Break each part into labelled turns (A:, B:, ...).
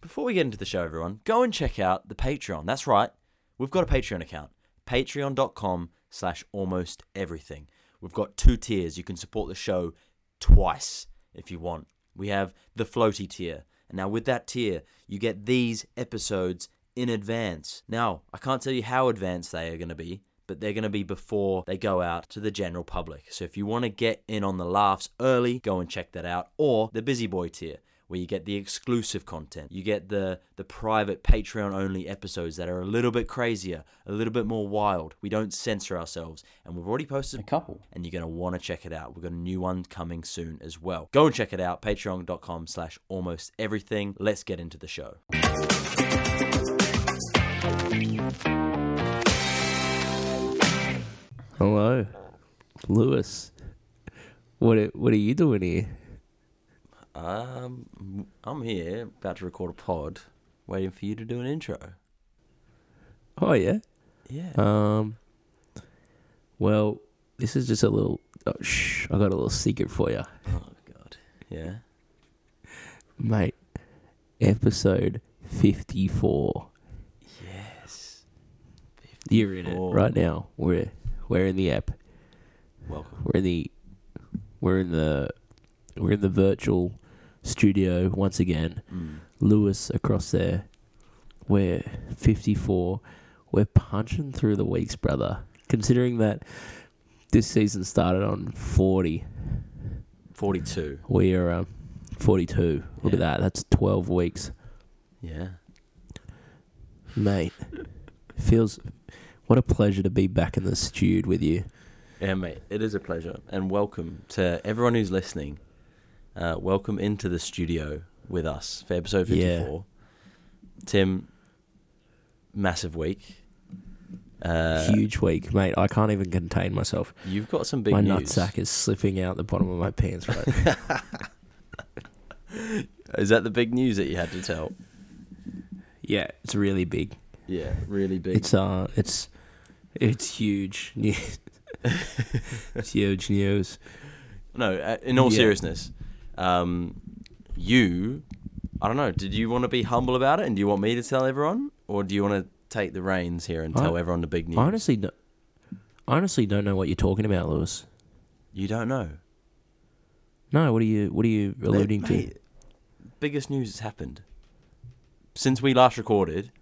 A: before we get into the show, everyone, go and check out the Patreon. That's right. We've got a Patreon account. Patreon.com slash almost everything. We've got two tiers. You can support the show twice if you want. We have the floaty tier. And now with that tier, you get these episodes in advance. Now, I can't tell you how advanced they are going to be, but they're going to be before they go out to the general public. So if you want to get in on the laughs early, go and check that out. Or the busy boy tier, where you get the exclusive content. You get the the private Patreon only episodes that are a little bit crazier, a little bit more wild. We don't censor ourselves, and we've already posted
B: A couple.
A: and you're going to want to check it out. We've got a new one coming soon as well. Go and check it out, patreon.com slash almost everything. Let's get into the show.
C: Hello, Lewis. What are, what are you doing here?
A: Um, I'm here, about to record a pod, waiting for you to do an intro.
C: Oh yeah.
A: Yeah.
B: Uh.
C: Um. Well, this is just a little. Oh, shh! I got a little secret for you,
A: oh, God. Yeah.
C: mate. Episode fifty-four.
A: Yes.
C: You're in
A: Oh.
C: it right now. We're we're in the app.
A: Welcome.
C: We're in the we're in the we're in the virtual studio once again.
A: Mm.
C: Lewis across there. We're 54. We're punching through the weeks, brother. Considering that this season started on 40,
A: 42.
C: we are um, 42. Look at
A: Yeah.
C: that. That's 12 weeks,
A: Yeah.
C: mate. Feels what a pleasure to be back in the stewed with you.
A: Yeah, mate. It is a pleasure. And welcome to everyone who's listening. Uh, welcome into the studio with us for episode
C: Yeah.
A: 54. Tim, massive week. Uh,
C: Huge week, mate. I can't even contain myself.
A: You've got some big
C: my
A: news.
C: nutsack is slipping out the bottom of my pants. Right, now.
A: Is that the big news that you had to tell?
C: yeah, it's really big.
A: Yeah, really big.
C: It's uh, it's it's huge news. it's huge news.
A: No, uh, in all
C: Yeah.
A: seriousness, um, you, I don't know. Did you want to be humble about it, and do you want me to tell everyone, or do you want to take the reins here and
C: I-
A: tell everyone the big news?
C: I honestly, do honestly don't know what you're talking about, Lewis.
A: you don't know.
C: No, what are you what are you alluding to?
A: Mate, Biggest news has happened since we last recorded.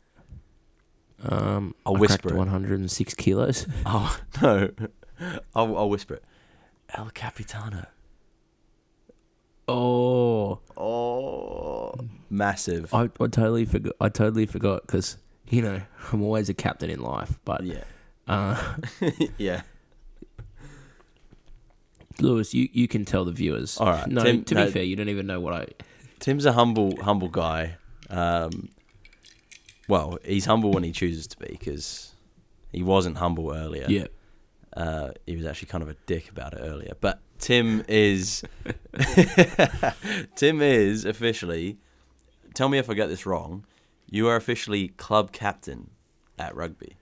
C: Um,
A: I'll
C: I
A: whisper
C: cracked
A: it.
C: 106 kilos.
A: Oh no, I'll, I'll whisper it. El Capitano.
C: Oh,
A: Oh, massive.
C: I, I totally forgot. I totally forgot because you know I'm always a captain in life. But
A: yeah,
C: uh,
A: yeah.
C: Lewis, you, you can tell the viewers.
A: All right,
C: No,
A: Tim,
C: to
A: no.
C: be fair, you don't even know what I.
A: Tim's a humble, humble guy. Um, well, he's humble when he chooses to be because he wasn't humble earlier.
C: Yeah.
A: Uh, he was actually kind of a dick about it earlier. But Tim is, Tim is officially. Tell me if I get this wrong. You are officially club captain at rugby.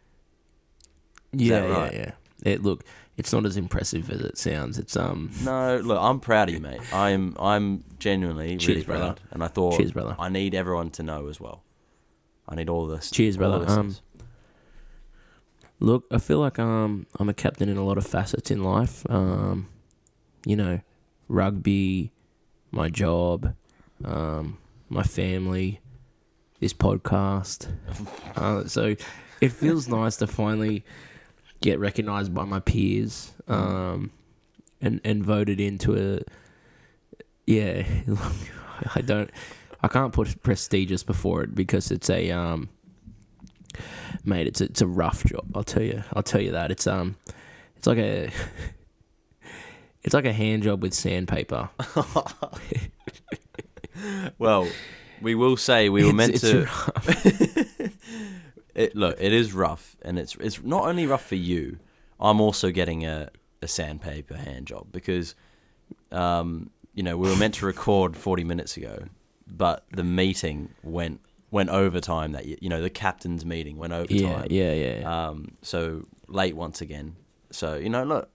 C: Yeah,
A: that right?
C: yeah, yeah. It, look, it's not as impressive as it sounds. It's um.
A: No, look, I'm proud of you, mate. I'm, I'm genuinely really
C: Cheers,
A: proud.
C: brother.
A: And I thought,
C: Cheers, brother.
A: I need everyone to know as well. I need all this.
C: Cheers,
A: all the
C: brother. Um,
A: listeners.
C: Look, I feel like um I'm a captain in a lot of facets in life. Um, you know, rugby, my job, um, my family, this podcast. uh, so it feels nice to finally get recognised by my peers. Um, and and voted into a yeah. I don't. I can't put prestigious before it because it's a um mate, it's it's a rough job. I'll tell you. I'll tell you that. It's um, it's like a, it's like a hand job with sandpaper.
A: Well, we will say we were
C: It's-
A: meant
C: it's
A: to. it, look, it is rough, and it's it's not only rough for you. I'm also getting a, a sandpaper hand job because, um, you know, we were meant to record 40 minutes ago, but the meeting went went overtime. That y- you know, the captain's meeting went
C: Yeah,
A: overtime.
C: yeah, yeah.
A: Um, so late once again. So you know, look,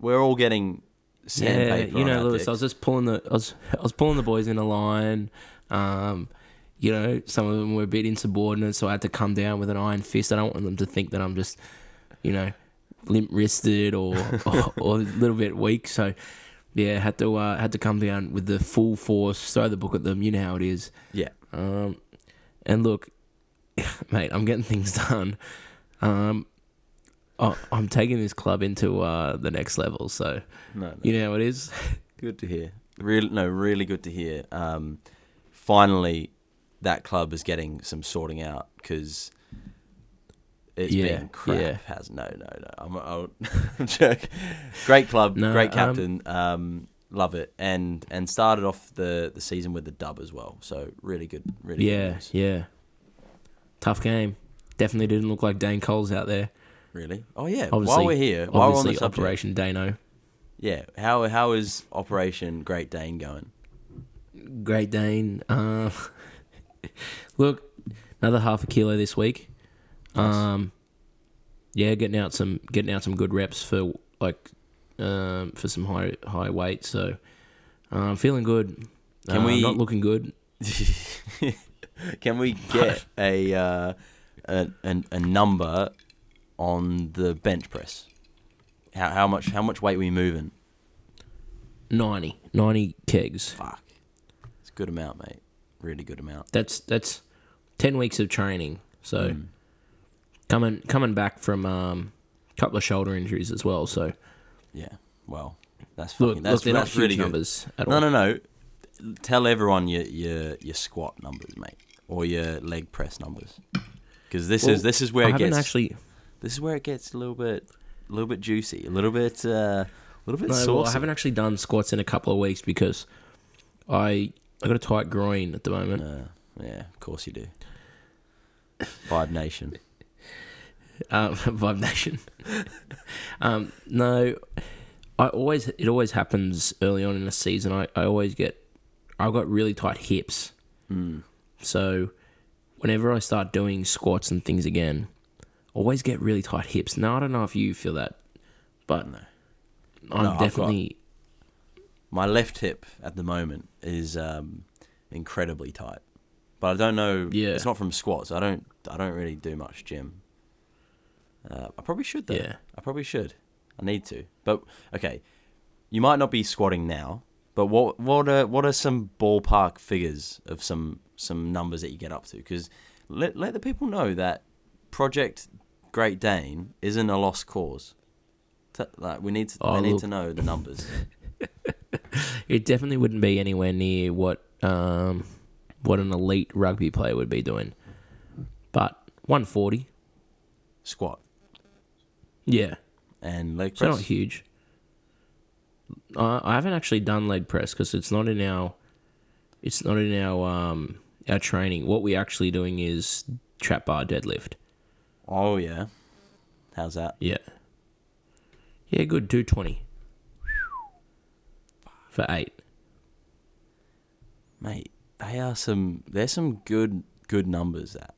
A: we're all getting
C: yeah,
A: sandpaper.
C: you
A: on
C: know,
A: our
C: Lewis.
A: dicks.
C: I was just pulling the, I was, I was pulling the boys in a line. Um, you know, some of them were a bit insubordinate, so I had to come down with an iron fist. I don't want them to think that I'm just, you know, limp wristed or, or or a little bit weak. So yeah, had to uh, had to come down with the full force, throw the book at them. You know how it is.
A: Yeah.
C: Um, and look, mate, I'm getting things done. Um, I- I'm taking this club into uh, the next level. So
A: No, no.
C: you know how it is.
A: Good to hear. Really, no, really good to hear. Um, finally, that club is getting some sorting out because it's
C: Yeah,
A: been crap.
C: yeah.
A: Has no, no, no. I'm, I'll- I'm joking. Great club,
C: No,
A: great
C: um,
A: captain. Um, love it, and and started off the the season with the dub as well. So really good, really good
C: Yeah,
A: news.
C: yeah. Tough game. Definitely didn't look like Dane Cole's out there.
A: Really? Oh yeah.
C: Obviously,
A: while we're here, while we're on the
C: obviously
A: subject,
C: Operation Dano.
A: yeah. How how is Operation Great Dane going?
C: Great Dane. Uh, look, another half a kilo this week. Um, yeah, getting out some getting out some good reps for like um, for some high high weight. So I'm feeling good.
A: Can
C: Uh,
A: we-
C: not looking good?
A: Can we get a, uh, a, a a number on the bench press? How how much how much weight we moving?
C: 90, 90 kegs.
A: Fuck, it's a good amount, mate. Really good amount.
C: that's that's ten weeks of training. So
A: Hmm.
C: coming coming back from um, a couple of shoulder injuries as well. So
A: Yeah. Well, that's fucking.
C: look,
A: that's
C: look they're
A: that's
C: not
A: really
C: huge
A: good.
C: numbers at
A: No,
C: all.
A: no, no. Tell everyone your your your squat numbers, mate, or your leg press numbers, because this
C: Well,
A: is this is
C: I
A: where it
C: haven't
A: gets
C: actually.
A: this is where it gets a little bit a little bit juicy, a little bit uh, a little bit
C: No,
A: saucy.
C: well, I haven't actually done squats in a couple of weeks because I I got a tight groin at the moment.
A: Uh, yeah, of course you do. Vibe Nation.
C: um, Vibe Nation. um, no, I always it always happens early on in the season. I, I always get I got really tight hips,
A: Hmm.
C: so whenever I start doing squats and things again, I always get really tight hips. Now I don't know if you feel that, but I'm
A: No, I've got-
C: definitely
A: My left hip at the moment is um, incredibly tight, but I don't know.
C: Yeah.
A: it's not from squats. I don't. I don't really do much gym. Uh, I probably should though.
C: Yeah.
A: I probably should. I need to. But okay, you might not be squatting now. But what what are what are some ballpark figures of some some numbers that you get up to? Because let let the people know that Project Great Dane isn't a lost cause. T- like we need to
C: Oh,
A: they need
C: look.
A: to know the numbers.
C: it definitely wouldn't be anywhere near what um what an elite rugby player would be doing, but 140,
A: Squat
C: yeah,
A: and leg
C: So
A: press.
C: not huge. I I haven't actually done leg press because it's not in our, it's not in our um our training. What we're actually doing is trap bar deadlift.
A: oh yeah, how's that?
C: Yeah. Yeah, good. Two twenty. For eight.
A: Mate, they are some. There's some good good numbers. That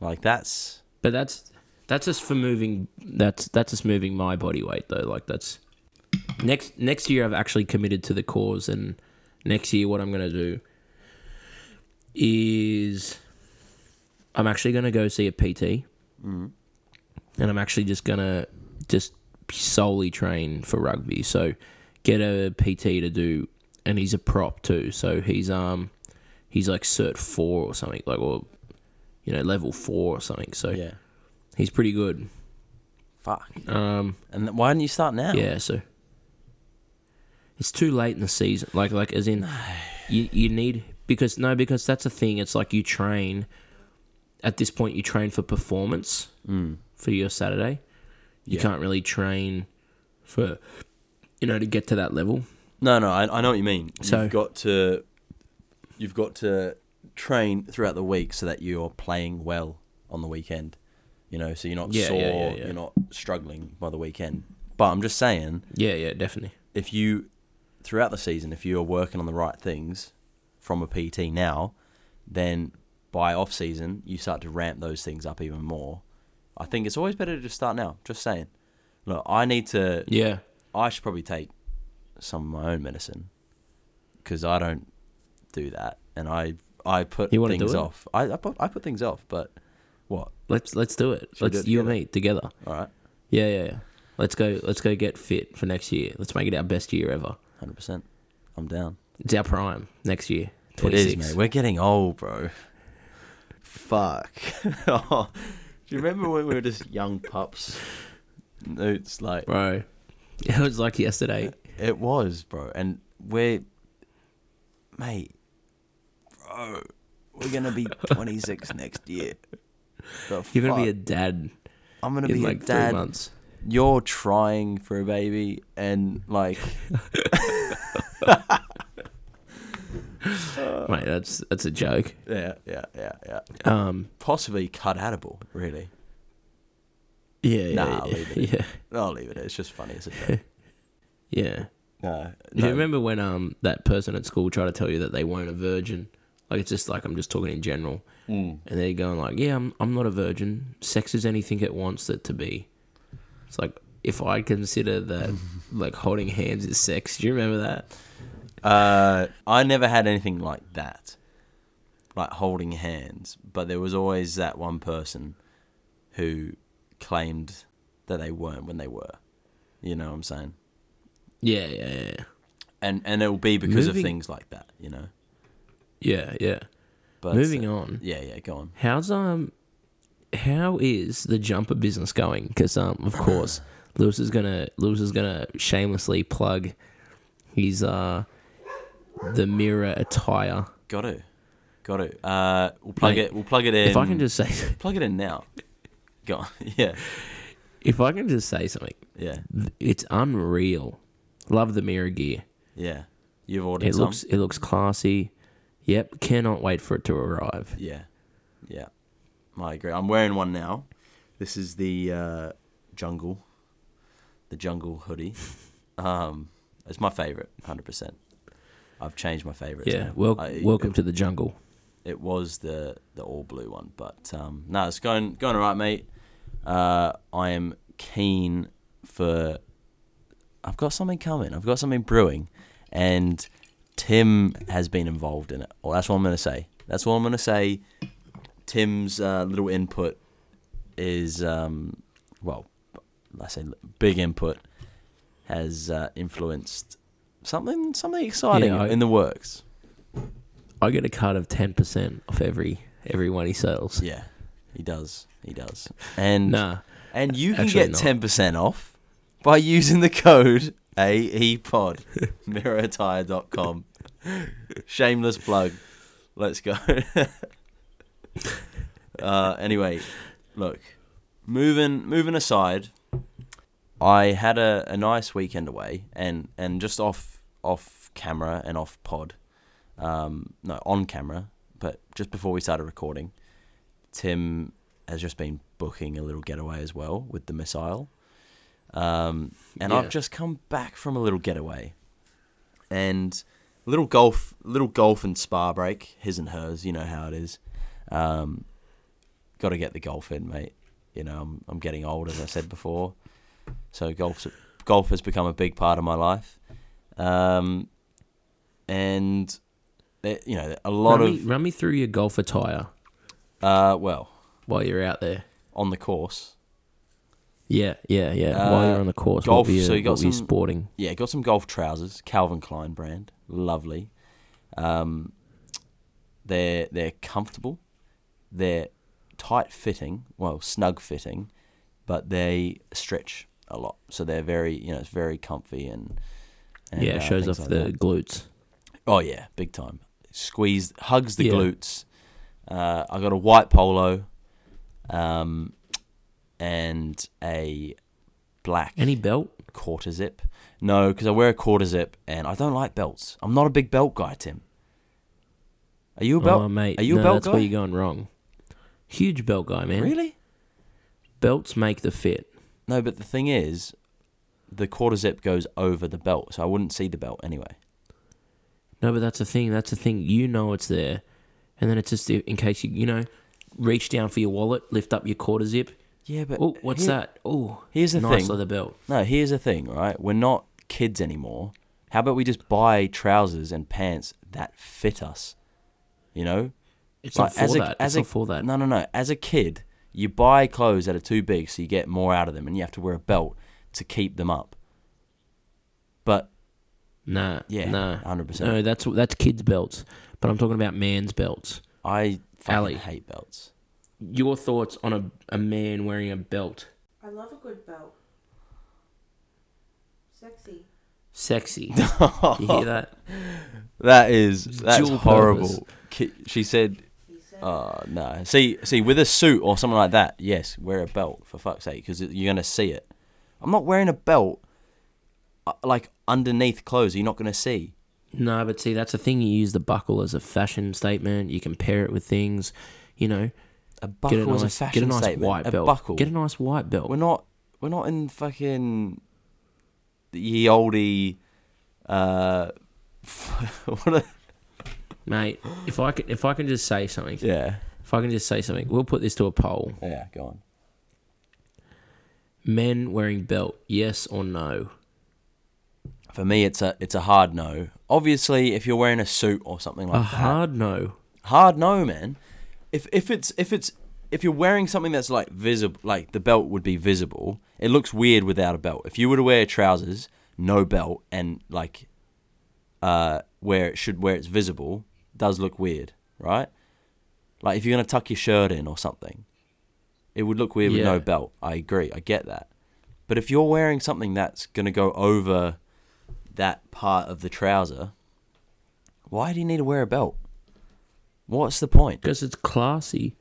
A: like that's
C: But that's that's just for moving. That's that's just moving my body weight though. Like that's next next year. I've actually committed to the cause, and next year what I'm gonna do is I'm actually gonna go see a PT, and I'm actually just gonna just solely train for rugby. So get a PT to do, and he's a prop too. So he's um he's like cert four or something like or you know level four or something. So
A: yeah.
C: He's pretty good.
A: Fuck.
C: Um,
A: And th- why didn't you start now?
C: yeah, so it's too late in the season. Like, like as in, you you need because no, because that's a thing. It's like you train. At this point, you train for performance for your Saturday. You
A: Mm. Yeah.
C: can't really train for, you know, to get to that level.
A: No, no. I, I know what you mean.
C: So-
A: you've got to you've got to train throughout the week so that you're playing well on the weekend. You know, so you're not
C: Yeah,
A: sore.
C: yeah, yeah, yeah.
A: You're not struggling by the weekend. But I'm just saying,
C: Yeah, yeah, definitely.
A: if you throughout the season if you're working on the right things from a PT now, then by off season you start to ramp those things up even more. I think it's always better to just start now. Just saying. Look, I need to
C: Yeah,
A: I should probably take some of my own medicine because I don't do that, and I I put
C: You wanna
A: things
C: do it?
A: off. I I put, I put things off, but what?
C: Let's let's do it.
A: Should we
C: let's
A: do it
C: you and me together.
A: All right,
C: Yeah, yeah, yeah. Let's go. Let's go get fit for next year. Let's make it our best year ever.
A: hundred percent. I'm down.
C: It's our prime next year.
A: It
C: Twenty
A: is,
C: six.
A: mate. We're getting old, bro. Fuck. oh, do you remember when we were just young pups? It's like
C: Bro, it was like yesterday.
A: it was, bro. And we're, mate, bro. We're gonna be 26 next year. The
C: You're gonna be a
A: fuck?
C: dad
A: I'm gonna
C: in
A: be
C: like
A: a
C: three
A: dad.
C: months.
A: You're trying for a baby, and like,
C: Mate, that's that's a joke.
A: yeah, yeah, yeah, yeah.
C: Um,
A: Possibly cut outable, really.
C: yeah, yeah,
A: Nah,
C: yeah,
A: leave it.
C: yeah,
A: I'll leave it. It's just funny. It's a joke.
C: yeah.
A: No,
C: Do you
A: no.
C: remember when um that person at school tried to tell you that they weren't a virgin? Like it's just like I'm just talking in general,
A: Mm.
C: and they're going like, "Yeah, I'm I'm not a virgin. Sex is anything it wants it to be." It's like if I consider that like holding hands is sex. Do you remember that?
A: Uh, I never had anything like that, like holding hands. But there was always that one person who claimed that they weren't when they were. You know what I'm saying?
C: Yeah, yeah, yeah, yeah.
A: And and it will be because
C: Moving-
A: of things like that. You know.
C: yeah, yeah.
A: But uh,
C: Moving on.
A: Yeah, yeah. Go on.
C: How's um, how is the jumper business going? Because um, of course, Lewis is gonna Lewis is gonna shamelessly plug his uh, the mirror attire.
A: Got to, got to. Uh, we'll plug
C: Mate,
A: it. We'll plug it in.
C: if I can just say,
A: plug it in now. Go on. Yeah,
C: if I can just say something,
A: yeah,
C: it's unreal. Love the mirror gear.
A: yeah. You've ordered
C: It
A: some.
C: looks it looks classy. Yep, cannot wait for it to arrive.
A: Yeah, yeah, I agree. I'm wearing one now. This is the uh, jungle, the jungle hoodie. Um, it's my favorite, hundred percent. I've changed my favorite.
C: Yeah, wel- welcome to the jungle.
A: It was the the all blue one, but um, no, it's going going all right, mate. Uh, I am keen for. I've got something coming. I've got something brewing, and Tim has been involved in it. Well, that's what I'm going to say. That's what I'm going to say. Tim's uh, little input is, um, well, I say li- big input has uh, influenced something something exciting
C: I-
A: in the works.
C: I get a cut of ten percent off every every one he sells.
A: Yeah, he does. He does. And
C: Nah,
A: and you can
C: actually
A: get
C: not.
A: ten percent off by using the code E AEPOD mirrorattire.com. Shameless plug. Let's go. uh, anyway, look. Moving moving aside, I had a, a nice weekend away and, and just off off camera and off pod. Um, no, on camera, but just before we started recording, Tim has just been booking a little getaway as well with the missile. Um, and
C: Yeah.
A: I've just come back from a little getaway, and little golf, little golf and spa break, his and hers. You know how it is. Um, Got to get the golf in, mate. You know, I'm I'm getting old, as I said before. So golf's golf has become a big part of my life, um, and eh, you know a lot
C: run me,
A: of
C: run me through your golf attire
A: uh, well
C: while you're out there.
A: on the course.
C: Yeah, yeah, yeah. while
A: Uh,
C: you're on the course,
A: golf,
C: what were you,
A: so you got
C: what were you
A: some-
C: sporting?
A: Yeah, got some golf trousers, Calvin Klein brand, lovely. Um, they're they're comfortable, they're tight fitting, well snug fitting, but they stretch a lot, so they're very you know it's very comfy and, and
C: yeah,
A: uh,
C: it shows
A: things like
C: off the
A: that.
C: glutes.
A: Oh yeah, big time. Squeezed hugs the
C: Yeah.
A: glutes. Uh, I got a white polo, um, and a black
C: Any belt?
A: quarter zip. No, because I wear a quarter zip and I don't like belts. I'm not a big belt guy, Tim. Are you a belt?
C: oh, mate.
A: Are you a
C: no,
A: belt
C: that's
A: guy?
C: where you're going wrong. Huge belt guy, man.
A: really?
C: Belts make the fit.
A: No, but the thing is, the quarter zip goes over the belt, so I wouldn't see the belt anyway.
C: No, but that's the thing. That's the thing. You know it's there, and then it's just in case you, you know, reach down for your wallet, lift up your quarter zip.
A: Yeah, but
C: Oh, what's
A: here-
C: that? Oh,
A: Here's the
C: nice
A: thing.
C: leather belt.
A: No, here's the thing, right? We're not kids anymore. How about we just buy trousers and pants that fit us? You know,
C: It's
A: Like,
C: not for
A: as a-
C: that.
A: as
C: it's
A: a-
C: not for that.
A: no, no, no. As a kid, you buy clothes that are too big so you get more out of them, and you have to wear a belt to keep them up. But
C: Nah.
A: yeah,
C: Nah.
A: hundred percent.
C: No, that's that's kids' belts. But I'm talking about man's belts.
A: I fucking
C: Ali.
A: hate belts.
C: Your thoughts on a, a man wearing a belt?
B: I love a good belt. Sexy.
C: Sexy. you hear that?
A: That is that's
C: Dual purpose.
A: horrible. Ki- She said,
B: He said.
A: "Oh no." See, see, with a suit or something like that, yes, wear a belt for fuck's sake, because you're gonna see it. I'm not wearing a belt uh, like underneath clothes. You're not gonna see.
C: No, but see, that's the thing. You use the buckle as a fashion statement. You compare it with things. You know,
A: A buckle
C: get a
A: is
C: nice,
A: a fashion
C: get a nice
A: statement.
C: white
A: a
C: belt.
A: buckle.
C: Get a nice white belt.
A: We're not. We're not in fucking the oldie. Uh, what a,
C: Mate, if I could, if I can just say something,
A: yeah.
C: if I can just say something, we'll put this to a poll:
A: Yeah. Go on.
C: men wearing belt, yes or no?
A: For me, it's a it's a hard no. Obviously, if you're wearing a suit or something like
C: A
A: that,
C: hard no.
A: hard no, man. If if it's if it's if you're wearing something that's like visible, like the belt would be visible, it looks weird without a belt. If you were to wear trousers, no belt, and like uh, where it should where it's visible, does look weird, right? Like if you're gonna tuck your shirt in or something, it would look weird with
C: Yeah.
A: no belt. I agree, I get that. But if you're wearing something that's gonna go over that part of the trouser, why do you need to wear a belt? What's the point?
C: because it's classy.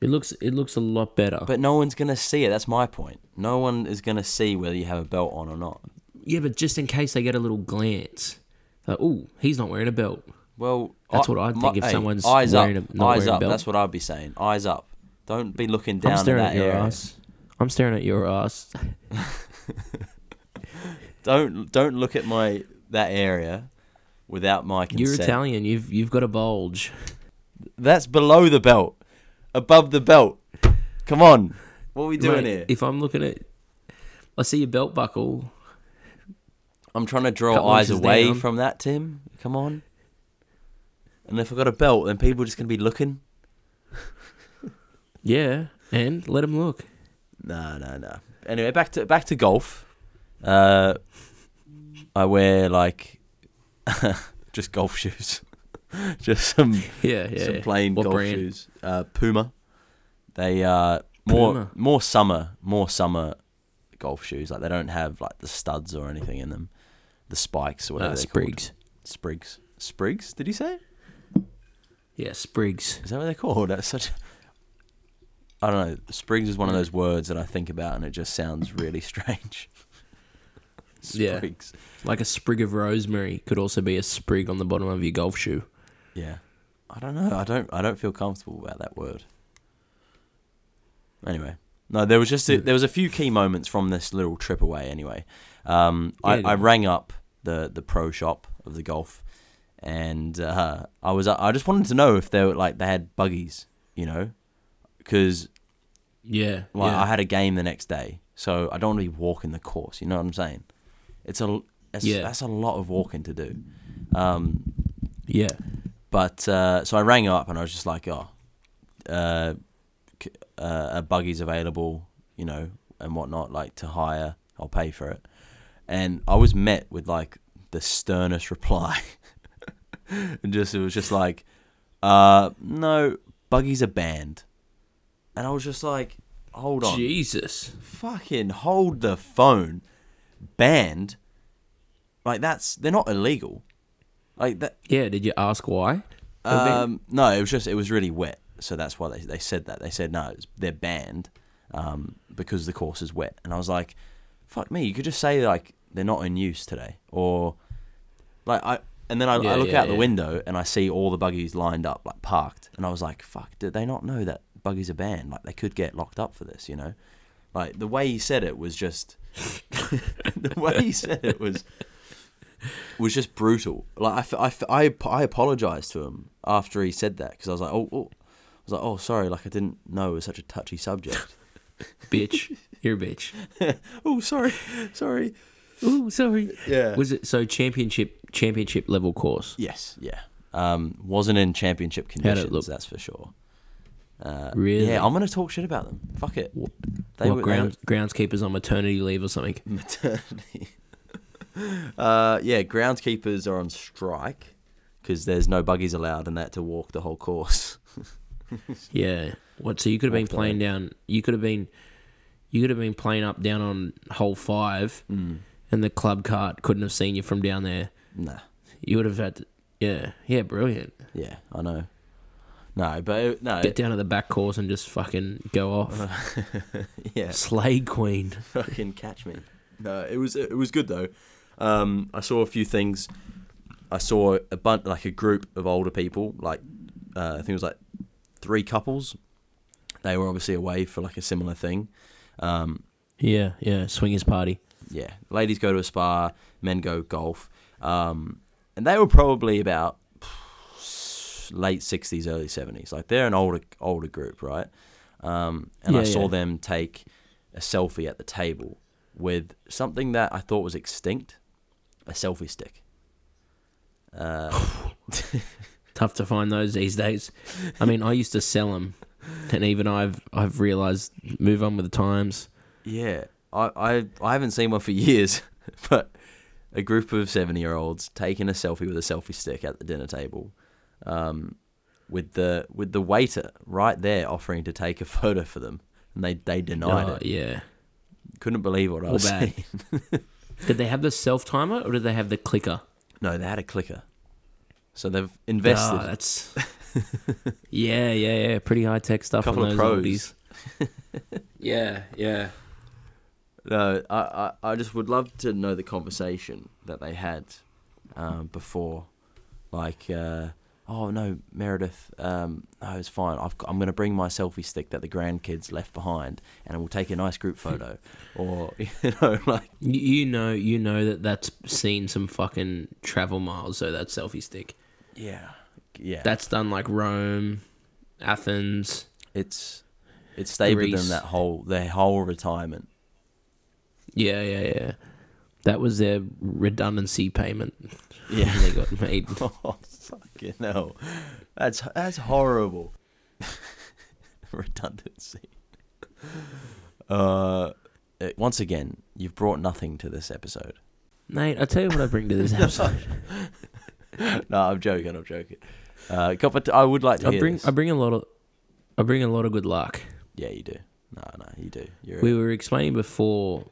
C: It looks it looks a lot better.
A: But no one's gonna see it. That's my point. No one is gonna see whether you have a belt on or not.
C: yeah, but just in case they get a little glance, like oh, he's not wearing a belt.
A: Well,
C: That's what I'd think if someone's
A: eyes
C: wearing
A: up,
C: a- not
A: eyes
C: wearing a
A: up.
C: belt.
A: That's what I'd be saying. Eyes up. Don't be looking
C: I'm
A: down at
C: staring
A: that
C: at your
A: area.
C: ass. I'm staring at your ass.
A: Don't don't look at my that area without my consent.
C: You're Italian. You've you've got a bulge.
A: That's below the belt, above the belt. Come on, what are we doing
C: Mate,
A: here?
C: If I'm looking at, I see your belt buckle.
A: I'm trying to draw
C: Couple
A: eyes
C: inches
A: away
C: down.
A: from that, Tim. Come on. And if I got a belt, then people are just gonna be looking.
C: Yeah, and let him look.
A: No, no, no. Anyway, back to back to golf. Uh, I wear like just golf shoes, just some
C: Yeah, yeah.
A: some
C: yeah.
A: plain
C: What
A: golf
C: brand?
A: shoes. Uh, Puma. They are more
C: Puma.
A: more summer more summer golf shoes. Like they don't have like the studs or anything in them, the spikes or whatever
C: Uh,
A: they're
C: Sprigs.
A: called. Sprigs. Sprigs. Did you say?
C: Yeah, Sprigs.
A: Is that what they're called? That's such. I don't know. Sprigs is one of those words that I think about, and it just sounds really strange.
C: Yeah.
A: Sprigs.
C: Like a sprig of rosemary could also be a sprig on the bottom of your golf shoe.
A: Yeah. I don't know. I don't. I don't feel comfortable about that word. Anyway, no. There was just a, there was a few key moments from this little trip away. Anyway, um,
C: Yeah,
A: I, I
C: yeah.
A: rang up the the pro shop of the golf, and uh, I was I just wanted to know if they were like they had buggies, you know, because
C: Yeah.
A: Like
C: yeah.
A: I had a game the next day, so I don't want to be walking the course. You know what I'm saying? It's a that's,
C: Yeah.
A: that's a lot of walking to do. Um,
C: yeah.
A: but uh, so I rang up and I was just like, oh, uh, c- uh, a buggy's available, you know, and whatnot, like to hire. I'll pay for it. And I was met with like the sternest reply. and just it was just like, uh, no, buggies are banned. And I was just like, hold on
C: Jesus.
A: fucking hold the phone banned like that's they're not illegal like that
C: Yeah. Did you ask why?
A: um no it was just it was really wet so that's why they, they said that they said no it's, they're banned um because the course is wet and i was like fuck me you could just say like they're not in use today or like i and then I,
C: Yeah,
A: I look
C: yeah,
A: out the
C: yeah.
A: window and I see all the buggies lined up, like parked. And I was like, fuck, did they not know that buggies are banned? Like, they could get locked up for this, you know? Like, the way he said it was just. the way he said it was. Was just brutal. Like, I, f- I, f- I, ap- I apologized to him after he said that because I was like, oh, oh, I was like, oh, sorry. Like, I didn't know it was such a touchy subject.
C: bitch. You're a bitch.
A: oh, sorry. Sorry.
C: Ooh, sorry.
A: Yeah.
C: Was it so championship championship level course?
A: Yes. Yeah. Um, wasn't in championship
C: it
A: conditions,
C: look?
A: that's for sure. Uh,
C: Really?
A: Yeah, I'm gonna talk shit about them. Fuck it.
C: What-
A: They
C: what
A: were- they were- Mm.
C: ground, groundskeepers on maternity leave or something?
A: maternity. uh, yeah, groundskeepers are on strike because there's no buggies allowed, and they had to walk the whole course.
C: Yeah. What? So you could have been
A: After
C: playing down. You could have been. You could have been playing up down on hole five,
A: Mm.
C: and the club cart couldn't have seen you from down there.
A: nah,
C: You would have had. To, yeah. Yeah. Brilliant.
A: yeah, I know. No, but it, no,
C: Get down to the back course and just fucking go off.
A: yeah,
C: Slay queen.
A: fucking catch me. No, it was it was good though. Um, I saw a few things. I saw a bunch like a group of older people, like uh, I think it was like three couples. They were obviously away for like a similar thing. Um,
C: Yeah. Yeah. Swingers party.
A: yeah, ladies go to a spa, men go golf. Um, and they were probably about late 60s, early 70s. Like they're an older older group, right? Um, and I
C: Yeah,
A: saw
C: yeah.
A: them take a selfie at the table with something that I thought was extinct, a selfie stick. Uh,
C: Tough to find those these days. I mean, I used to sell them, and even I've I've realized move on with the times.
A: yeah, I, I I haven't seen one for years, but a group of 70-year-olds taking a selfie with a selfie stick at the dinner table. um, with the with the waiter right there offering to take a photo for them, and they they denied
C: Oh,
A: it.
C: yeah.
A: Couldn't believe what I
C: All
A: was
C: bad.
A: saying.
C: Did they have the self timer or did they have the clicker?
A: No, they had a clicker, so they've
C: Ah,
A: invested.
C: that's yeah, yeah, yeah. Pretty high tech
A: a
C: stuff.
A: couple
C: on
A: of
C: those
A: pros.
C: oldies. yeah, yeah.
A: No, I, I I just would love to know the conversation that they had um, before, like. Uh, Oh no, Meredith. Um, no, it's fine. I've got, I'm going to bring my selfie stick that the grandkids left behind, and we'll take a nice group photo. or you know, like
C: You, you know, you know that that's seen some fucking travel miles. So that selfie stick.
A: yeah, yeah.
C: That's done like Rome, Athens.
A: it's it stayed with
C: Greece.
A: them that whole their whole retirement.
C: Yeah, yeah, yeah. That was their redundancy payment.
A: Yeah.
C: they got made.
A: oh fucking hell, that's that's horrible. Redundancy. Uh, it- once again, you've brought nothing to this episode.
C: Nate, I tell you what I bring to this episode.
A: No, I'm joking. I'm joking. Uh, co- but I would like to
C: I
A: hear
C: bring,
A: this.
C: I bring a lot of, I bring a lot of good luck.
A: yeah, you do. No, no, you do. You're
C: We were explaining before.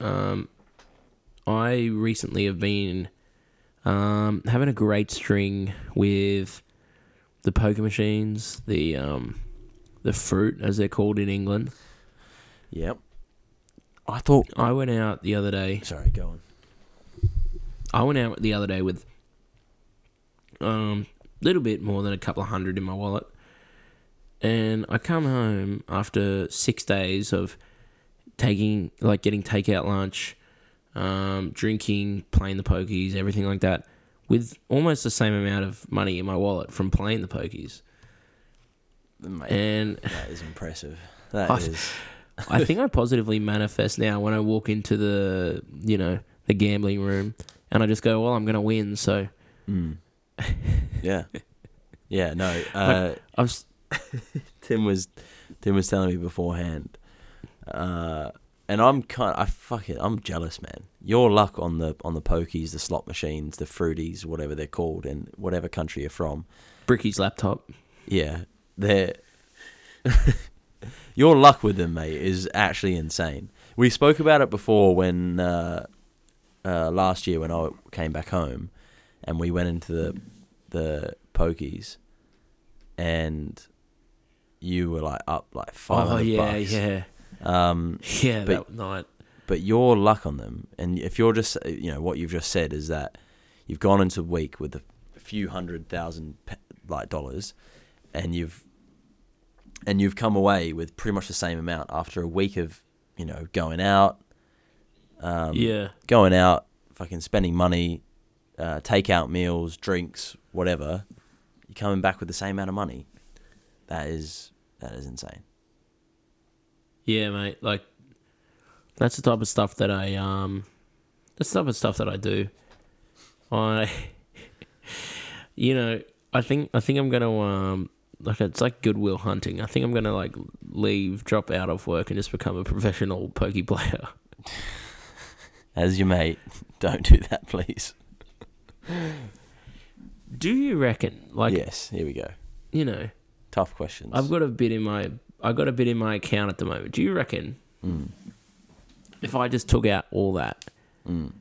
C: Um, I recently have been um, having a great string with the poker machines, the um, the fruit as they're called in England.
A: yep. I thought.
C: I went out the other day.
A: Sorry, go on.
C: I went out the other day with um little bit more than a couple of hundred in my wallet. And I come home after six days of taking like getting takeout lunch, um, drinking, playing the pokies, everything like that, with almost the same amount of money in my wallet from playing the pokies.
A: Mate,
C: And
A: that is impressive. That
C: I-
A: is.
C: I think I positively manifest now when I walk into the you know, the gambling room and I just go, Well, I'm gonna win, so
A: Mm. Yeah. Yeah. No. Uh,
C: I've s-
A: Tim was Tim was telling me beforehand, uh, and I'm kind. I fuck it. I'm jealous, man. Your luck on the on the pokies, the slot machines, the fruities, whatever they're called, in whatever country you're from.
C: Bricky's laptop.
A: Yeah, they're. Your luck with them, mate, is actually insane. We spoke about it before when uh, uh, last year when I came back home, and we went into the the pokies, and you were like up like five
C: Oh
A: hundred
C: yeah,
A: bucks.
C: yeah,
A: Um,
C: yeah.
A: But-
C: that night,
A: but your luck on them, and if you're just uh, you know what you've just said is that you've gone into a week with a few hundred thousand pe- like dollars, and you've and you've come away with pretty much the same amount after a week of you know going out, um,
C: yeah,
A: going out, fucking spending money, uh, takeout meals, drinks, whatever. You're coming back with the same amount of money. That is that is insane.
C: yeah, mate. Like that's the type of stuff that I um, that's the type of stuff that I do. I, you know, I think I think I'm gonna um like it's like goodwill hunting. I think I'm gonna like leave, drop out of work, and just become a professional pokey player.
A: As your mate, don't do that, please.
C: Do you reckon? Like
A: yes, here we go.
C: you know,
A: Tough questions.
C: I've got a bit in my I got a bit in my account at the moment. Do you reckon
A: Mm,
C: if I just took out all that
A: mm,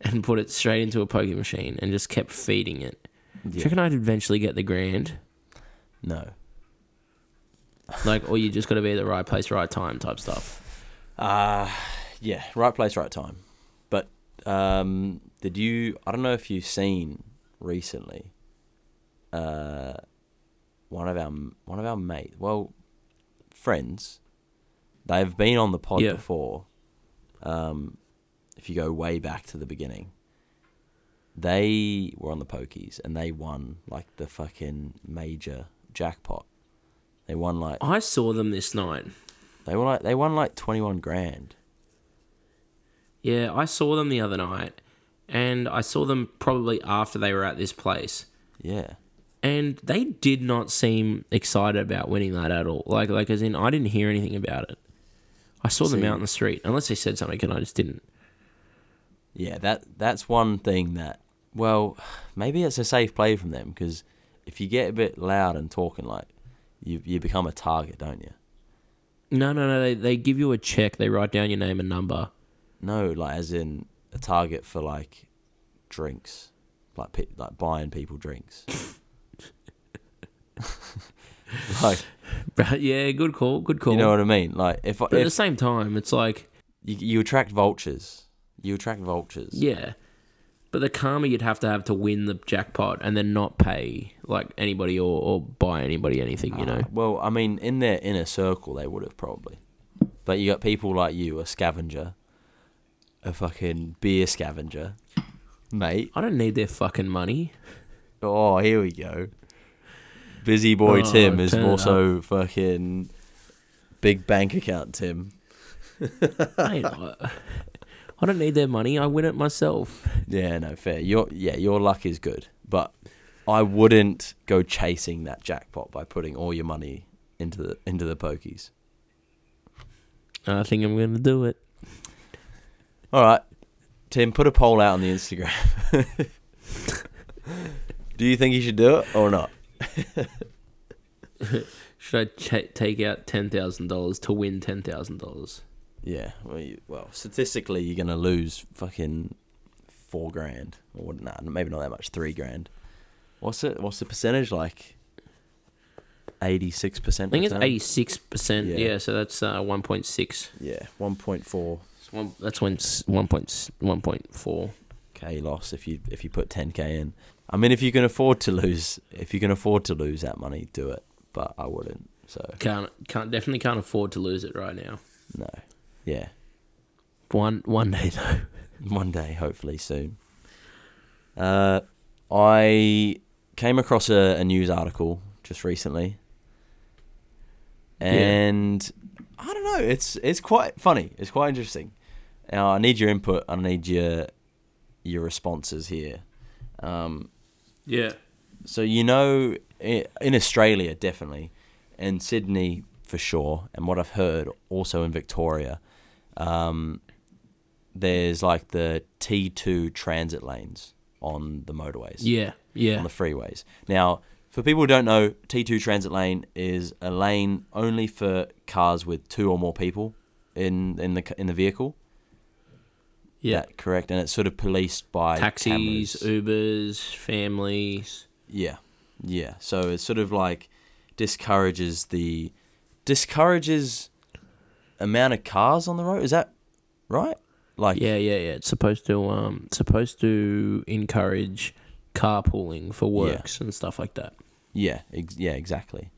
C: and put it straight into a pokey machine and just kept feeding it, do you
A: Yeah.
C: reckon I'd eventually get the grand?
A: No.
C: Like, or you just got to be at the right place, right time type stuff.
A: Uh yeah, right place, right time. But um did you I don't know if you've seen recently uh one of our one of our mate, well friends, they've been on the pod
C: Yeah.
A: before. Um if you go way back to the beginning. They were on the pokies and they won like the fucking major jackpot. They won like
C: I saw them this night.
A: they won like they won like 21 grand.
C: Yeah, I saw them the other night, and I saw them probably after they were at this place.
A: Yeah.
C: And they did not seem excited about winning that at all. Like, like as in, I didn't hear anything about it. I saw them
A: See.
C: out in the street, unless they said something, and I just didn't.
A: Yeah, that that's one thing that well, maybe it's a safe play from them because if you get a bit loud and talking like you you become a target, don't you?
C: No, no, no. They they give you a check. They write down your name and number.
A: No, like as in a target for like drinks, like pe- like buying people drinks. like
C: But yeah, good call. Good call.
A: you know what I mean? Like if
C: but at the
A: if
C: same time, it's like
A: you, you attract vultures, you attract vultures.
C: yeah. But the karma you'd have to have to win the jackpot and then not pay like anybody or, or buy anybody anything, you know.
A: Uh, Well, I mean, in their inner circle, they would have probably. But you got people like you, a scavenger, a fucking beer scavenger, mate.
C: I don't need their fucking money.
A: Oh, here we go. Busy boy
C: Oh,
A: Tim is
C: turn it
A: also fucking big bank account Tim.
C: Mate, I, I don't need their money. I win it myself.
A: Yeah, no fair. Your yeah, your luck is good, but I wouldn't go chasing that jackpot by putting all your money into the into the pokies.
C: I think I'm gonna do it.
A: All right, Tim, put a poll out on the Instagram. do you think you should do it or not?
C: Should I ch- take out ten thousand dollars to win ten thousand dollars?
A: Yeah. Well, you, well statistically, you're gonna lose fucking four grand, or nah, maybe not that much, three grand. What's it? What's the percentage like? Eighty-six
C: I
A: percent.
C: think it's eighty six percent.
A: Yeah.
C: Yeah, so that's uh, one point six.
A: Yeah, one point four
C: It's one- That's when s- one point s- one point four.
A: k loss if you if you put ten k in. I mean, if you can afford to lose, if you can afford to lose that money, do it. But I wouldn't. So
C: Can't can't definitely can't afford to lose it right now.
A: no. Yeah.
C: One one day though.
A: one day, hopefully soon. Uh, I came across a, a news article just recently, and I don't know. It's it's quite funny. It's quite interesting. Now I need your input. I need your your responses here. Um,
C: Yeah.
A: so you know, i- in Australia definitely, and Sydney for sure, and what I've heard also in Victoria, um, there's like the T2 transit lanes on the motorways,
C: Yeah.
A: on
C: Yeah.
A: the freeways. Now, for people who don't know, T2 transit lane is a lane only for cars with two or more people in in the c- in the vehicle.
C: Yeah.
A: That correct, and it's sort of policed by cameras.
C: Taxis, Ubers, families.
A: Yeah, yeah. So it sort of like discourages the discourages amount of cars on the road. Is that right? Like
C: Yeah, yeah, yeah. It's supposed to um supposed to encourage carpooling for works and stuff like that.
A: yeah, ex- yeah, exactly.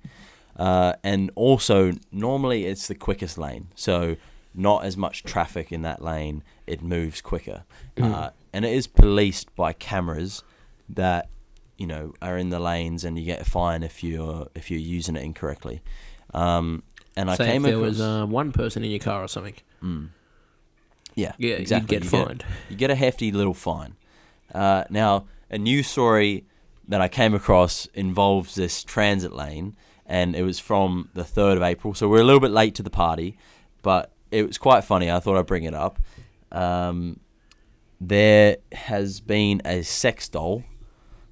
A: Uh, and also, normally it's the quickest lane, so not as much traffic in that lane. It moves quicker,
C: Mm.
A: uh, and it is policed by cameras that you know are in the lanes, and you get a fine if you're if you're using it incorrectly. Um, and
C: Say
A: I came
C: if there
A: across
C: was uh, one person in your car or something.
A: Yeah,
C: Yeah, you'd
A: exactly.
C: get
A: You
C: fined.
A: you get a hefty little fine. Uh, now, a news story that I came across involves this transit lane, and it was from the 3rd of April. So we're a little bit late to the party, but it was quite funny. I thought I'd bring it up. Um, there has been a sex doll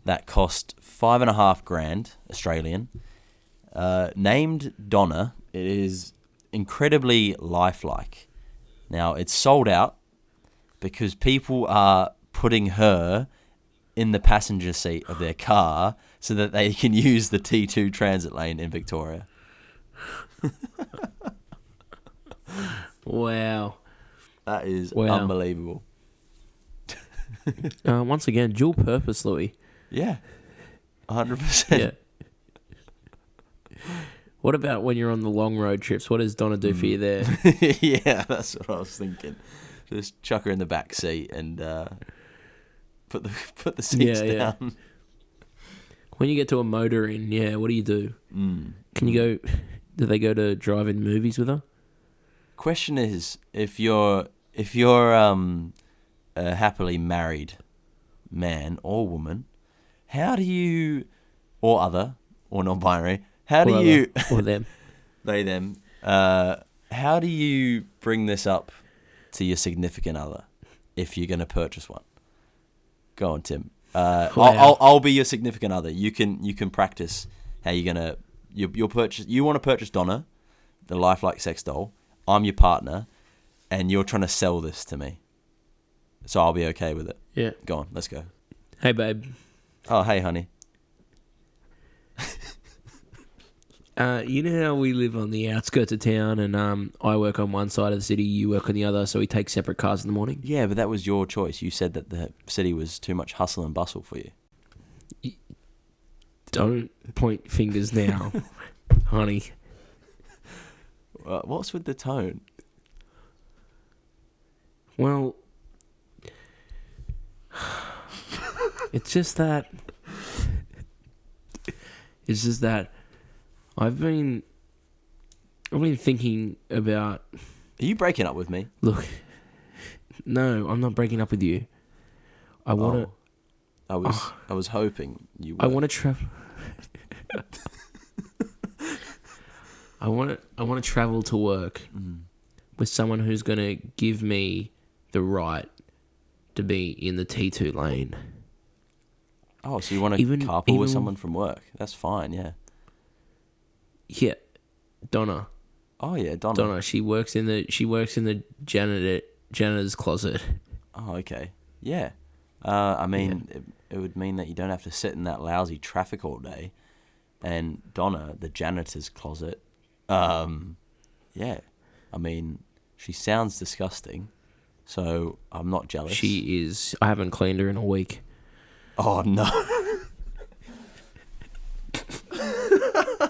A: that cost five and a half grand Australian, uh, named Donna. It is incredibly lifelike. Now it's sold out because people are putting her in the passenger seat of their car so that they can use the T2 transit lane in Victoria.
C: Wow.
A: That is
C: Wow.
A: unbelievable.
C: Uh, once again, dual purpose, Louis.
A: Yeah. 100%.
C: Yeah. what about when you're on the long road trips? What does Donna do for
A: Mm.
C: you there?
A: yeah, that's what I was thinking. Just chuck her in the back seat and uh, put the put the seats
C: Yeah, yeah.
A: down.
C: When you get to a motor inn, yeah, what do you do?
A: Mm.
C: Can you go? Do they go to drive-in movies with her?
A: Question is, if you're if you're um, a happily married man or woman, how do you or other or non-binary? How do
C: Or
A: you
C: other- Or them?
A: they them? Uh, how do you bring this up to your significant other if you're going to purchase one? Go on, Tim. Uh, I'll,
C: Wow.
A: I'll I'll be your significant other. You can you can practice how you're gonna you you'll purchase. You want to purchase Donna, the lifelike sex doll. I'm your partner, and you're trying to sell this to me. So I'll be okay with it.
C: Yeah.
A: Go on, let's go.
C: Hey, babe.
A: Oh hey honey,
C: Uh, you know how we live on the outskirts of town, and um, I work on one side of the city, you work on the other, so we take separate cars in the morning.
A: yeah, but that was your choice. You said that the city was too much hustle and bustle for you.
C: Don't point fingers now, honey.
A: Uh, what's with the tone?
C: Well, it's just that. It's just that I've been. I've been thinking about.
A: Are you breaking up with me?
C: Look, no, I'm not breaking up with you. I want to.
A: Oh. I was I was hoping you. Were.
C: I want to travel. I want to. I want to travel to work with someone who's going to give me the right to be in the T two lane.
A: Oh, so you want to
C: even-
A: carpool with
C: even-
A: someone from work? That's fine. Yeah.
C: Yeah, Donna.
A: Oh yeah, Donna.
C: Donna. She works in the. She works in the janitor janitor's closet.
A: Oh okay. Yeah. Uh, I mean, It, it would mean that you don't have to sit in that lousy traffic all day, and Donna, the janitor's closet. Um, yeah. I mean, she sounds disgusting, so I'm not jealous.
C: She is. I haven't cleaned her in a week.
A: Oh no.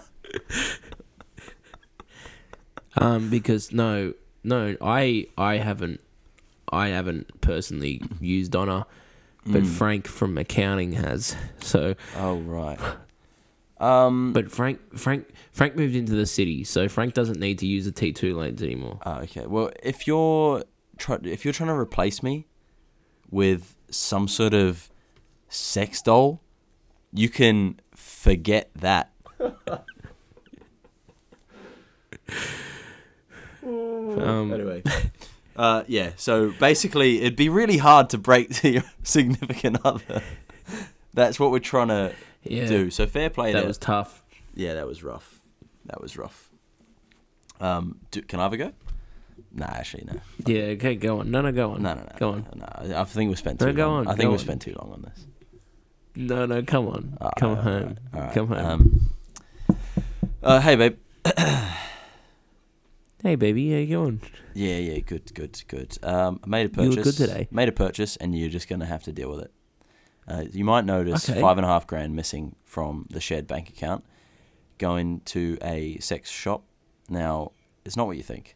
C: Um, because no, no, I I haven't I haven't personally used Donna, but Frank from accounting has. So,
A: Oh right.
C: but Frank Frank Frank moved into the city, so Frank doesn't need to use the T two lanes anymore.
A: Oh, okay. Well, if you're try- if you're trying to replace me with some sort of sex doll, you can forget that.
C: Um,
A: Anyway. Uh, yeah, so basically, it'd be really hard to break to your significant other. That's what we're trying to
C: yeah,
A: do. So fair play
C: that
A: there.
C: was tough.
A: Yeah, that was rough. That was rough. Um, do, can I have a go? Nah, actually, no.
C: Yeah, okay, go on. No, no, go on.
A: No, no, no.
C: go
A: no,
C: on.
A: No, I- I think we spent too
C: No, go
A: long.
C: on,
A: I think
C: go
A: we
C: on.
A: spent too long on this.
C: No, no, come on,
A: Alright,
C: come
A: alright,
C: home,
A: alright.
C: come home.
A: Um, uh, hey, babe.
C: hey, baby, how you going?
A: Yeah, yeah, good, good, good. Um, I made a
C: You
A: purchase.
C: look good today.
A: Made a purchase, and you're just going to have to deal with it. Uh, you might notice
C: Okay.
A: five and a half grand missing from the shared bank account, going to a sex shop. Now, it's not what you think.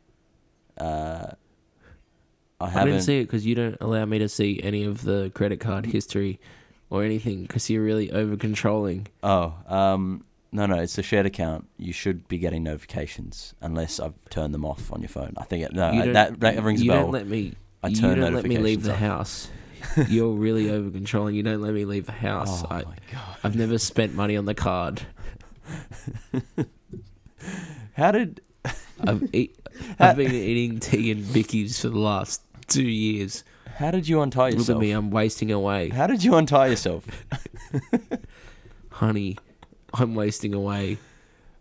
A: Uh, I
C: I
A: haven't.
C: didn't see it because you don't allow me to see any of the credit card history or anything because you're really over controlling.
A: Oh, um, no, no, it's a shared account. You should be getting notifications unless I've turned them off on your phone. I think it, no,
C: You
A: I-
C: don't-
A: Uh, that, that rings a
C: you
A: bell.
C: don't let me.
A: I
C: you
A: turn
C: don't let me leave
A: notifications
C: the
A: off.
C: house. you're really over controlling. You don't let me leave the house.
A: Oh
C: I,
A: my god!
C: I've never spent money on the card.
A: How did
C: I've eat, I've been eating tea and Vicky's for the last two years.
A: how did you untie
C: Look at
A: yourself?
C: me, I'm wasting away,
A: How did you untie yourself?
C: honey. I'm wasting away.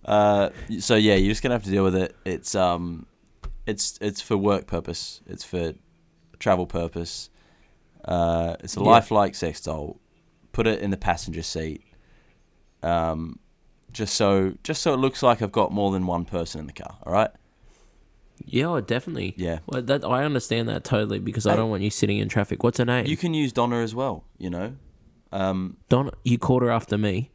A: Uh, so yeah, you're just gonna have to deal with it. It's um, it's it's for work purpose. It's for travel purpose. Uh, it's a
C: Yeah.
A: lifelike sex doll. Put it in the passenger seat. Um, just so just so it looks like I've got more than one person in the car. All right.
C: Yeah, oh, definitely.
A: Yeah.
C: Well, that I understand that totally because I
A: Hey.
C: don't want you sitting in traffic. What's her name?
A: You can use Donna as well. You know. Um,
C: Donna. You called her after me.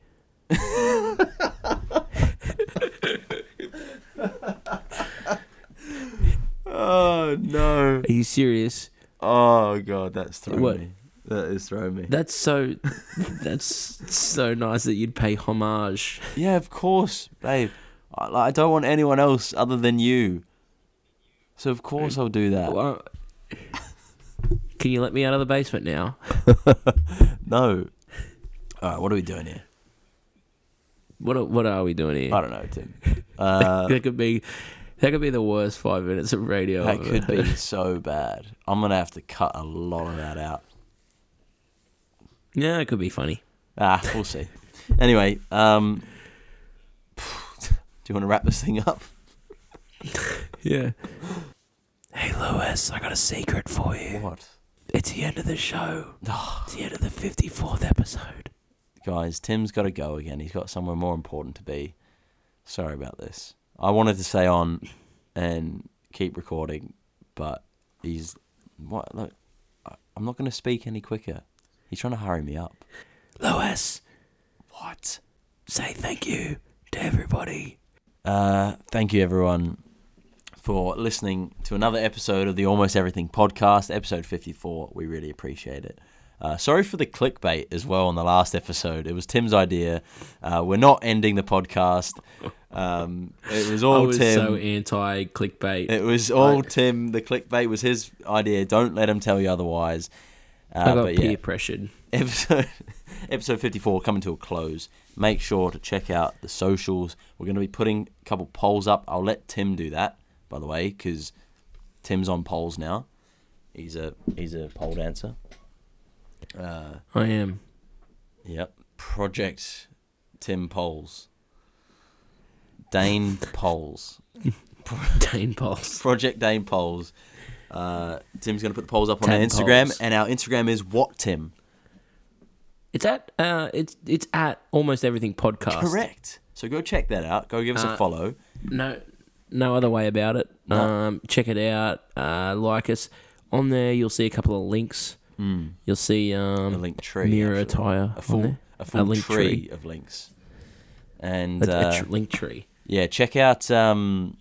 A: oh no.
C: Are you serious?
A: Oh god, that's throwing
C: What?
A: me. That is throwing me.
C: That's so. that's so nice that you'd pay homage.
A: Yeah, of course, babe. I, like, I don't want anyone else other than you. So of course I'll do that.
C: Well, uh, can you let me out of the basement now?
A: No. All right, what are we doing here?
C: What are, what are we doing here?
A: I don't know, Tim. Uh,
C: that could be that could be the worst five minutes of radio.
A: that
C: I've
A: could
C: ever
A: be
C: heard.
A: so bad. I'm gonna have to cut a lot of that out.
C: Yeah, it could be funny.
A: Ah, we'll see. Anyway, um, do you want to wrap this thing up?
C: Yeah. Hey Lewis, I got a secret for you.
A: What?
C: It's the end of the show.
A: Ah.
C: It's the end of the fifty fourth episode.
A: guys, Tim's got to go again. He's got somewhere more important to be. Sorry about this. I wanted to stay on and keep recording, but he's what? Look, I- I'm not going to speak any quicker. He's trying to hurry me up.
C: Lewis,
A: What?
C: say thank you to everybody.
A: Uh, thank you, everyone, for listening to another episode of the Almost Everything podcast, episode 54. We really appreciate it. Uh, sorry for the clickbait as well on the last episode. It was Tim's idea. Uh, we're not ending the podcast. Um, it was all
C: I was
A: Tim.
C: so anti clickbait.
A: it was all Tim. The clickbait was his idea. Don't let him tell you otherwise. Uh,
C: I got
A: but
C: peer
A: yeah
C: pressured.
A: episode episode 54 coming to a close make sure to check out the socials we're going to be putting a couple polls up i'll let tim do that by the way because tim's on polls now he's a he's a pole dancer uh
C: I am.
A: yep project tim polls dane polls
C: Dane Pulse.
A: Project Dame polls. Uh, Tim's going to put the polls up on
C: Ten
A: our Instagram,
C: polls.
A: and our Instagram is what Tim.
C: It's at uh it's it's at almost everything podcast.
A: Correct. So go check that out. Go give us a
C: Uh,
A: follow.
C: No, no other way about it.
A: No.
C: Um, check it out. Uh, like us on there. You'll see a couple of links.
A: Mm.
C: You'll see um,
A: a link tree,
C: mirror
A: actually.
C: tire
A: a
C: on
A: full
C: there.
A: a full
C: link
A: tree,
C: tree.
A: of links. And
C: A, a
A: uh,
C: tr- link tree.
A: yeah, check out um,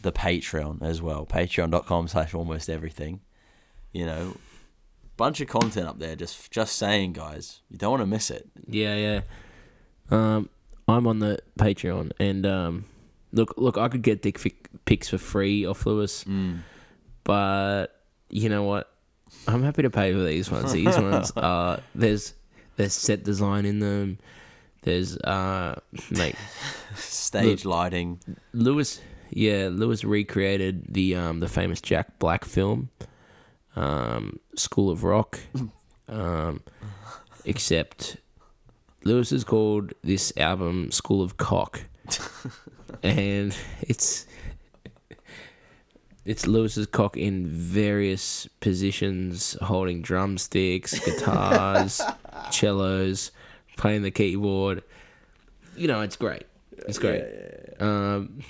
A: the Patreon as well. Patreon.com slash almost everything. You know, bunch of content up there. Just just saying, guys, you don't want to miss it.
C: Yeah, yeah. Um, I'm on the Patreon, and um, look, look, I could get dick fic- pics for free off Lewis, but you know what? I'm happy to pay for these ones. These ones are there's there's set design in them. There's uh, mate,
A: Stage lighting.
C: Lewis, yeah, Lewis recreated the um the famous Jack Black film, um, School of Rock, um, except Lewis has called this album School of Cock, and it's it's Lewis's cock in various positions, holding drumsticks, guitars, cellos, playing the keyboard. You know, it's great. It's great. Um,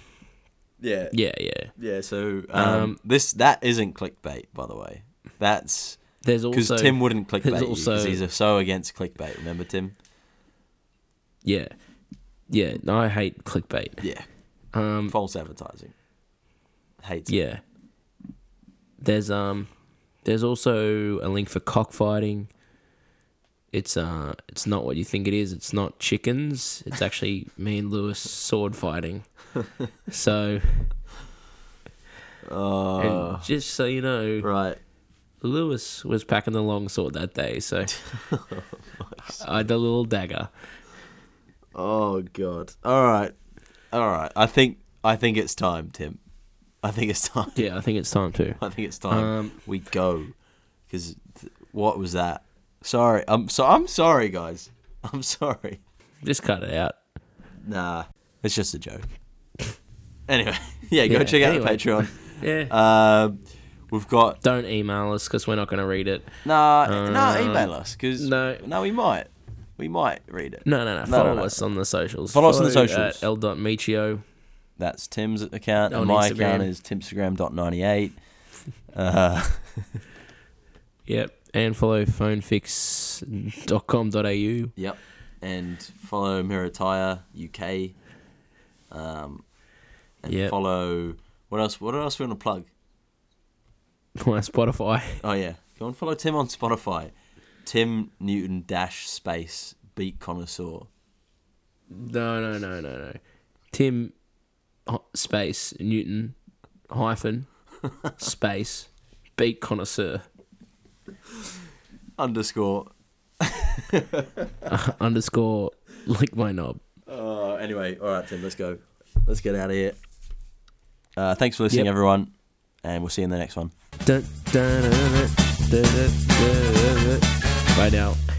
A: Yeah.
C: yeah, yeah.
A: Yeah, so um, this that isn't clickbait, by the way. That's
C: There's
A: because
C: also
A: Tim wouldn't clickbait
C: there's
A: you 'cause
C: also-
A: he's so against clickbait. Remember, Tim?
C: yeah, yeah. No, I hate clickbait.
A: Yeah,
C: Um,
A: false advertising. Hates it.
C: yeah. There's um, there's also a link for cockfighting. It's uh, it's not what you think it is. It's not chickens. It's actually me and Lewis sword fighting. So,
A: Oh,
C: and just so you know,
A: Uh. right.
C: Lewis was packing the long sword that day, so I had a little dagger.
A: Oh god. All right. All right. I think I think it's time, Tim. I think it's time.
C: Yeah, I think it's time to.
A: I think it's time
C: Um,
A: we go. Cuz th- what was that? Sorry. I'm so I'm sorry, guys. I'm sorry.
C: Just cut it out.
A: Nah. It's just a joke. anyway, yeah, go
C: Yeah,
A: check out
C: anyway.
A: the Patreon.
C: Yeah.
A: Um we've got
C: Don't email us because we're not going to read it.
A: Nah, nah,
C: Um,
A: email us because
C: no.
A: no, we might, we might read it.
C: No, no, no.
A: No,
C: Follow
A: no, no.
C: us on the socials. uh,
A: Follow us on the
C: At
A: socials.
C: L.Michio.
A: That's Tim's account,
C: On
A: and my
C: Instagram.
A: account is timstagram.98. Uh,
C: Yep. And follow phonefix.com.au.
A: yep, and follow Mirataya UK. Um, and
C: Yep.
A: follow what else? What else we want to plug?
C: On Spotify.
A: Oh yeah, go and follow Tim on Spotify. Tim Newton dash space beat connoisseur.
C: No, no, no, no, no. Tim h- space Newton hyphen space beat connoisseur
A: Underscore.
C: underscore lick my knob.
A: Uh, anyway, all right, Tim, let's go. Let's get out of here. Uh, thanks for listening,
C: Yep.
A: everyone, and we'll see you in the next one.
C: Dun, dun, dun, dun, dun, dun, dun, dun. Bye now.